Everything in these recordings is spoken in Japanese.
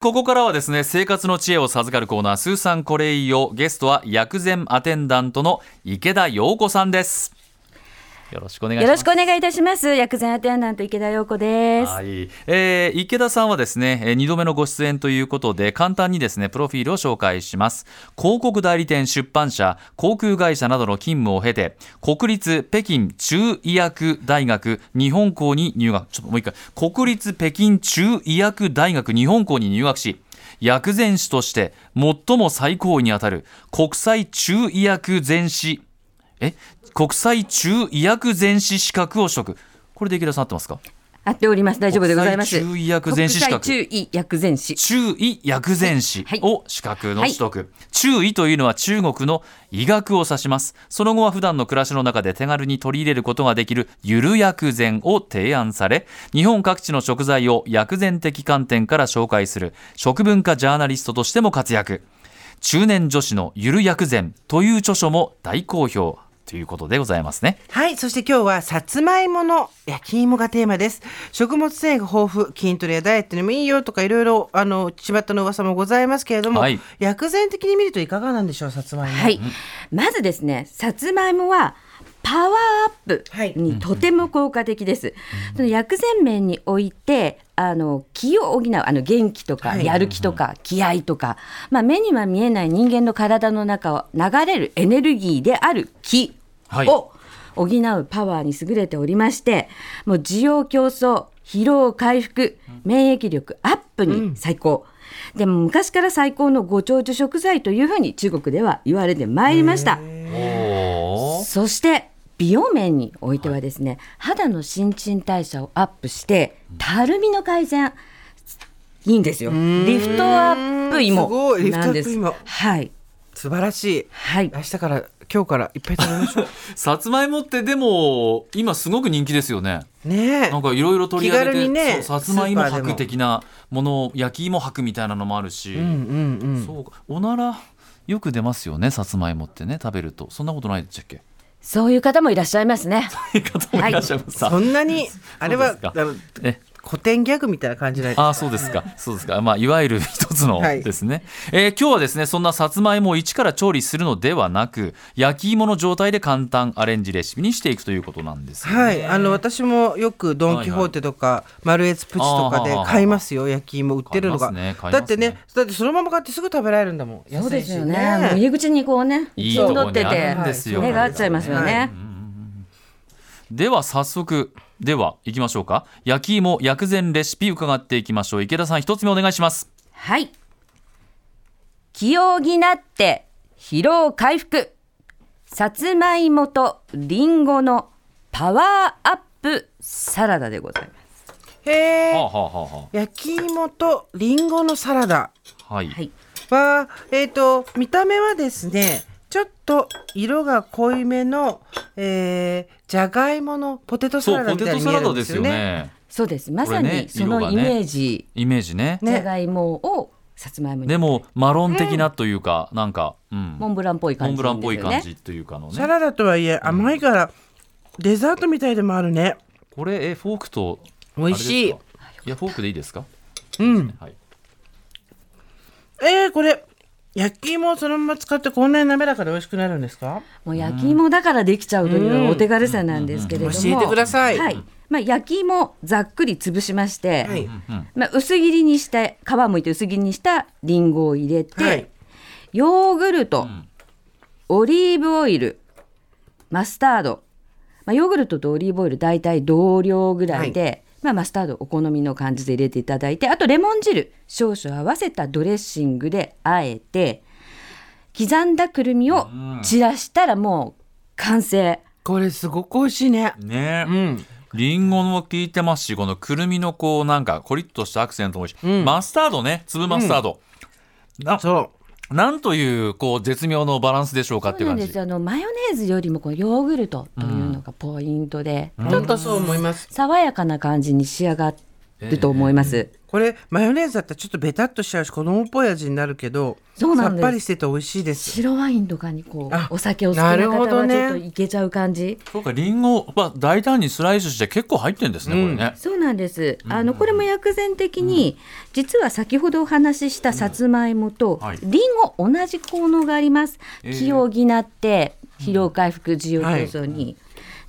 ここからはですね生活の知恵を授かるコーナー「スーさんこれいいよ」ゲストは薬膳アテンダントの池田陽子さんですよろしくお願いしよまろすしくお願いいたします。薬膳アテンダント池田陽子です。はい、えー池田さんはですね、えー、2度目のご出演ということで簡単にですねプロフィールを紹介します広告代理店出版社航空会社などの勤務を経て国立北京中医薬大学日本校に入学ちょっともう一回国立北京中医薬大学日本校に入学し薬膳師として最も最高位にあたる国際中医薬膳師え国際中医薬膳師資格を取得これで池田さん合ってますか合っております。大丈夫でございます。国際中医薬膳師資格国際中医薬膳師。中医薬膳師はいを資格の取得、中医というのは中国の医学を指しますその後は普段の暮らしの中で手軽に取り入れることができるゆる薬膳を提案され日本各地の食材を薬膳的観点から紹介する食文化ジャーナリストとしても活躍中年女子のゆる薬膳という著書も大好評ということでございますねはい。そして今日は、さつまいもの焼き芋がテーマです。食物繊維が豊富、筋トレやダイエットにもいいよとか、いろいろ、あの、巷の噂もございますけれども、はい薬膳的に見るといかがなんでしょう、さつまいも。はい。まずですね、さつまいもは。パワーアはッいプにとても効果的です。その薬膳面において、あの気を補う、あの元気とか、はいやる気とか、気合とか。まあ、目には見えない人間の体の中を流れるエネルギーである気はいを。補うパワーに優れておりまして、もう需要競争、疲労回復、免疫力アップに最高。でも昔から最高のご長寿食材というふうに中国では言われてまいりました。おそして美容面においてはですね、肌の新陳代謝をアップしてたるみの改善いいんですよ。リフトアップすごいリ芋フトアなんでッす。プ芋はい素晴らしい。はい明。日から、今日からいっぱい食べ ましょう。さつまいもってでも今すごく人気ですよねね えなんかいろいろ取り上げ気軽て、にねそうさつまいもスーパーで博も的なもの焼き芋博みたいなのもあるし、うんうんうん。そうかおならよく出ますよねさつまいもってね食べるとそんなことないでしたっ けそういう方もいらっしゃいますね。方もいらっしゃいますそんなに、あれは そうですか、あのえ古典ギャグみたいな感じないですああそう ですか、そうですか、まあ、いわゆる一つのはいですね、えー今日はですねそんなさつまいもを一から調理するのではなく焼き芋の状態で簡単アレンジレシピにしていくということなんですよね、はい、あの私もよくドン・キホーテとか、マルエツプチとかで買いますよ焼き芋売ってるのが、買いますね買いますねだってねだってそのまま買ってすぐ食べられるんだもんそうですよね。安いしもう入り口にこうね、いい陣とこに取ってあてるんです、よ目が合っちゃいますよはねい。では早速では行きましょうか焼き芋薬膳レシピ伺っていきましょう池田さん一つ目お願いしますはい。気を補って疲労回復。さつまいもとりんごのパワーアップサラダでございます。へえ、はあ、はあはあは焼き芋とリンゴのサラダあ、はい、はい。はえっ、と見た目はですねちょっと色が濃いめの、えー、じゃがいものポテトサそうラダポみテたいトにサ見えラるダんでですすよよね。ねそうです。まさこれねにそ色のがイねメージ、イメージねねじゃがいもをさつまいもに。でもマロン的なというか、なんか、うん、モンブランっぽいモ感ンじブなラんンっですよぽね。い感じというかのサねラダとはいえ甘いから、デザートみたいでもあるねこれえフォークと美味しいあれですかいやフォークでいいですかうんはいえー、これ焼き芋をそのまま使ってこんなに滑らかで美味しくなるんですかもう焼き芋だからできちゃうというのうがんお手軽さなんですけれども。教えてくださいはい。まあ焼き芋をざっくり潰しまして。はい、まあ、薄切りにして皮むいて薄切りにしたりんごを入れて、はいヨーグルト、オリーブオイルマスタード、まあ、ヨーグルトとオリーブオイル大体同量ぐらいで、まあ、マスタードお好みの感じで入れていただいてあとレモン汁少々合わせたドレッシングであえて刻んだくるみを散らしたらもう完成。これすごく美味しいねねうんリンゴも効いてますしこのくるみのこうなんかコリッとしたアクセントも美味しい、うんマスタードね粒マスタード、なそなんというこう絶妙のバランスでしょうかっていそううなん感でじすよあのマヨネーズよりもこうヨーグルトというのがポイントで、うちょっとそう思います爽やかな感じに仕上がっると思います。これマヨネーズだったらちょっとベタっとしちゃうし子供っぽい味になるけどそうなんですさっぱりしてて美味しいです白ワインとかにこあうお酒を好きななる方ほどはねちょっといけちゃう感じ。そうかリンゴは大胆にスライスして結構入ってんですね、これね。そうなんです。あのこれも薬膳的に、実は先ほどお話ししたさつまいもと、うんはいりんご同じ効能があります。えー気を補って疲労回復需要競争に、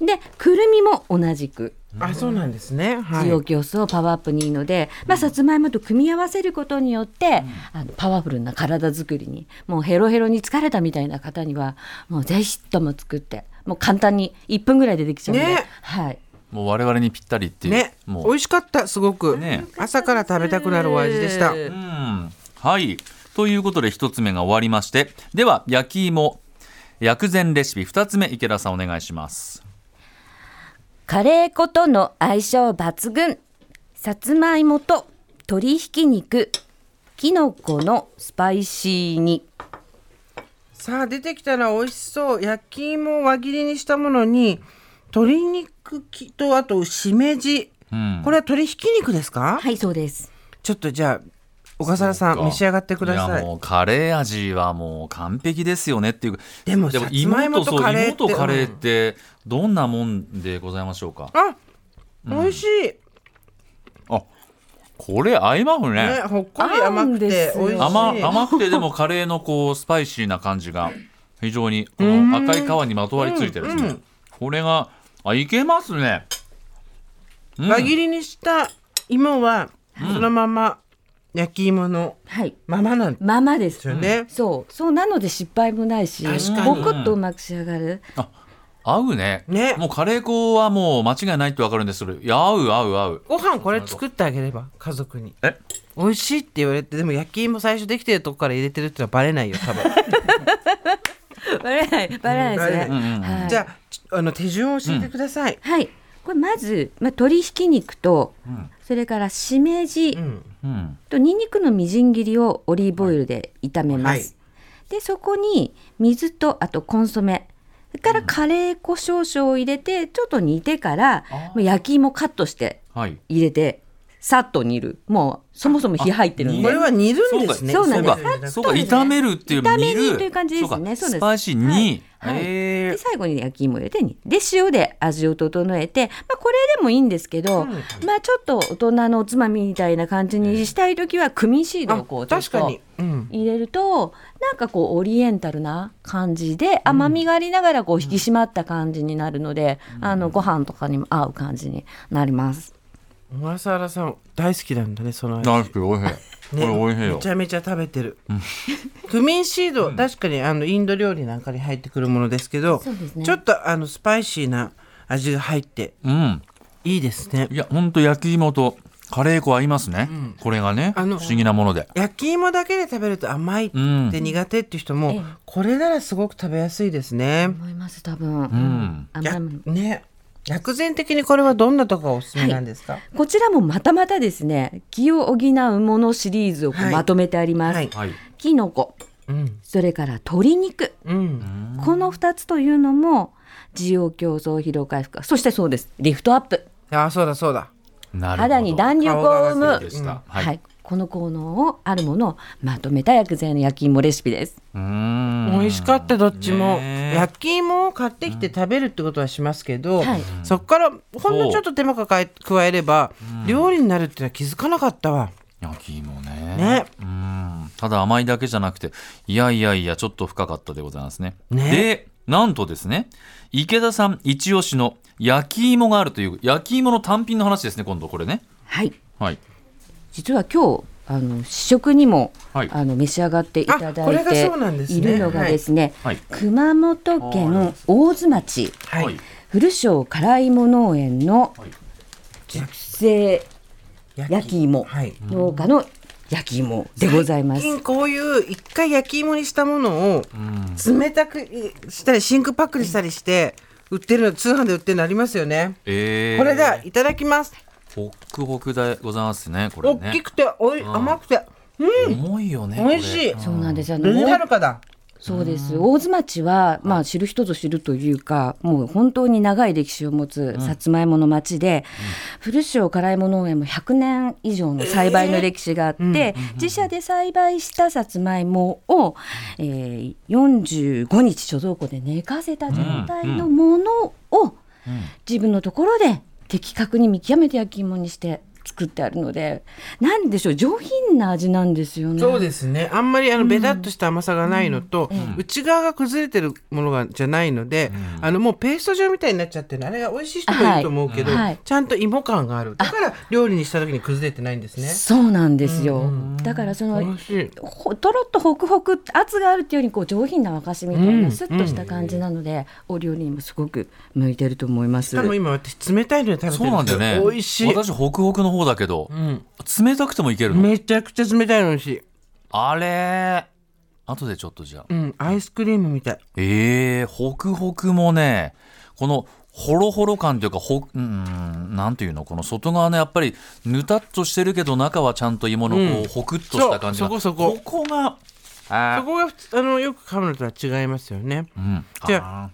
でくるみも同じくあそうなんですねは需い要競争パワーアップにいいので、まあさつまいもと組み合わせることによって、あのパワフルな体作りにもうヘロヘロに疲れたみたいな方にはもうぜひとも作ってもう簡単に1分ぐらいでできちゃうので、ねはい。もう我々にぴったりっていう。ねもう美味しかったすごく、ね朝から食べたくなるお味でしたうんはい。ということで一つ目が終わりまして、では焼き芋薬膳レシピ二つ目池田さんお願いします。カレー粉との相性抜群さつまいもと鶏ひき肉きのこのスパイシー煮さあ出てきたら美味しそう焼き芋を輪切りにしたものに鶏肉きとあとしめじうんこれは鶏ひき肉ですか、はいそうですちょっとじゃあ小笠原さん召し上がってくださやいもうカレー味はもう完璧ですよねっていうかでもでもさつまい芋もととそうカレー芋ってとカレーってどんなもんでございましょうかあ美味しい、あこれ合いますねねほっこり甘くて美味しい甘甘くてでもカレーのこうスパイシーな感じが非常にこの赤い皮にまとわりついてるんですね、これがあいけますね、うん輪切りにした芋はそのまま焼き芋のはいままなんでままですすよね、そうそうなので失敗もないし確かボにコッとうまく仕上がる合うねねもうカレー粉はもう間違いないってわかるんですけどいや合う合う合うご飯これ作ってあげれば家族にえ美味しいって言われてでも焼き芋最初できてるとこから入れてるってのはバレないよ 多分バレないバレないですね、うんうんはいじゃあちょあの手順を教えてください、はいこれまず、まあ、鶏ひき肉と、んそれからしめじうんうんとにんにくのみじん切りをオリーブオイルで炒めます、はいでそこに水とあとコンソメそれからカレー粉少々を入れてちょっと煮てからあーもう焼き芋カットしてはい入れてさっと煮るもうそもそも火入ってるんあこでれは煮るんですねそうなんです急いでるんじゃなくてそうかそうですね炒めるっていう炒め煮煮るという感じですねそかそうですスパイシーに、はいはいえで最後に焼き芋入れて煮で塩で味を整えて、まあ、これでもいいんですけど、まあ、ちょっと大人のおつまみみたいな感じにしたい時はクミンシードをこうあちょっ確かとに、うん、入れるとなんかこうオリエンタルな感じで甘みがありながらこう引き締まった感じになるので、あのご飯とかにも合う感じになります。小笠原さん大好きなんだねその味大好きおいしい、ねこれおいしいよめちゃめちゃ食べてる、クミンシード、確かにあのインド料理なんかに入ってくるものですけどそうですねちょっとあのスパイシーな味が入ってうんいいですねいやほんと焼き芋とカレー粉合いますね、これがね不あの思議なもので焼き芋だけで食べると甘いっうんて苦手っていう人も、ええこれならすごく食べやすいですね。思います多分、ん甘やいものね薬膳的にこれはどんなとこがおすすめなんですか、こちらもまたまたですね気を補うものシリーズをこうはいまとめてあります。はいはいきのこうんそれから鶏肉、うん、この2つというのも需要競争疲労回復そしてそうですリフトアップあそうだそうだなるほど肌に弾力を生顔がむでした、は、はいい、この効能をあるものをまとめた薬膳の焼き芋レシピです。うーん美味しかったどっちも、ねえ焼き芋を買ってきて食べるってことはしますけど、はいそこからほんのちょっと手間かかえ加えれば、料理になるっていうのは気づかなかったわ焼き芋ねねうんただ甘いだけじゃなくていやいやいやちょっと深かったでございますねねでなんとですね池田さん一押しの焼き芋があるという焼き芋の単品の話ですね今度これねはい、はい実は今日あの試食にも、はいあの召し上がっていたあこだれいがてそうなんですねいるのがですね、はいはい熊本県大津町はい、古庄辛芋農園のい熟成焼き芋はい農家の焼き芋でございま最す。近こういう一回焼き芋にしたものを冷たくしたり真空パックにしたりして売ってるの通販で売ってるのありますよね、えー、これだいただきますホックホクでございますねこれ大ねきくておい、甘くてうん重いよね美味しいこれそうなんですよ。あのルニもうハルカだそうです大津町は、まあ、知る人ぞ知るというかもう本当に長い歴史を持つさつまいもの町で、古塩辛いも農園も100年以上の栽培の歴史があって、自社で栽培したさつまいもを、えー45日貯蔵庫で寝かせた状態のものを自分のところで的確に見極めて焼き芋にして作ってあるのでなんでしょう上品な味なんですよね。そうですねあんまりあのベタっとした甘さがないのと、内側が崩れてるものがじゃないので、あのもうペースト状みたいになっちゃってるのあれが美味しい人もいると思うけど、はいはいちゃんと芋感があるだから料理にした時に崩れてないんですねそうなんですよ、だからそ美の味しいほとろっとホクホク圧があるっていうよりこう上品な若しみたいなスッとした感じなので、お料理にもすごく向いてると思いますしかも今私冷たいので食べてるそうなんだよね美味しい、私ホクホクの方だけど、うん、冷たくてもいけるの、めちゃくちゃ冷たいの美味しい、あれ後でちょっとじゃあうん、アイスクリームみたいええホクホクもね、このホロホロ感というか、ほ、うーん、なんていうの、この外側のやっぱり、ぬたっとしてるけど、中はちゃんと芋のこう、うんホクッとした感じが。そうそこそここが、あそこが普通あのよく噛むのとは違いますよねーうん。じあ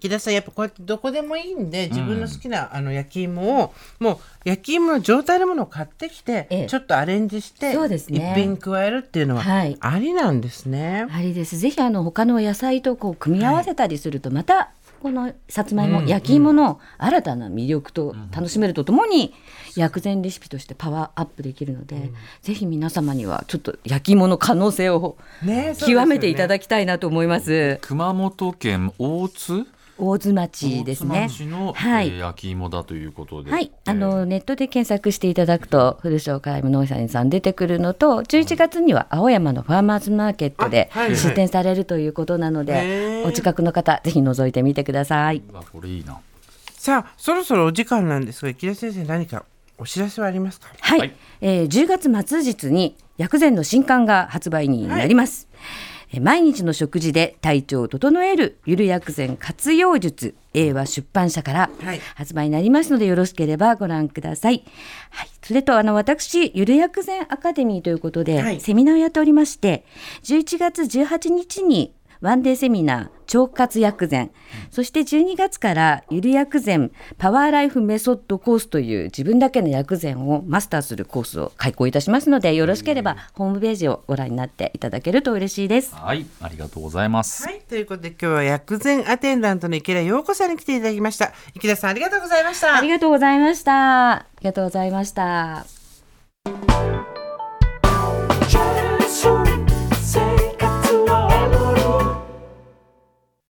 木田さんやっぱこうやってどこでもいいんで自分の好きな、あの焼き芋をもう焼き芋の状態のものを買ってきて、ええちょっとアレンジしてそうですね一品加えるっていうのははいありなんですね。ありですぜひあの他の野菜とこう組み合わせたりするとまたこのさつまいも、うん焼き芋の新たな魅力と楽しめるとともに、薬膳レシピとしてパワーアップできるので、ぜひ皆様にはちょっと焼き芋の可能性をね極めていたきだきたいなと思います。熊本県大津大津町ですね大。津町の、はいえー焼き芋だということで。はい、えーあのネットで検索していただくと古商会務農産さん出てくるのと11月には青山のファーマーズマーケットであはいはい出店されるということなので、へーお近くの方ぜひ覗いてみてください。うわこれいいな。さあそろそろお時間なんですが木田先生何かお知らせはありますかはい、はいえー10月末日に薬膳の新刊が発売になります、えー毎日の食事で体調を整えるゆる薬膳活用術 A は出版社からはい発売になりますのでよろしければご覧ください、はい、それとあの私ゆる薬膳アカデミーということで、はいセミナーをやっておりまして11月18日にワンデーセミナー腸活薬膳、そして12月からゆる薬膳パワーライフメソッドコースという自分だけの薬膳をマスターするコースを開講いたしますのでよろしければホームページをご覧になっていただけると嬉しいです。はい、ありがとうございます。はいということで今日は薬膳アテンダントの池田陽子さんに来ていただきました池田さんありがとうございましたありがとうございました。ありがとうございました。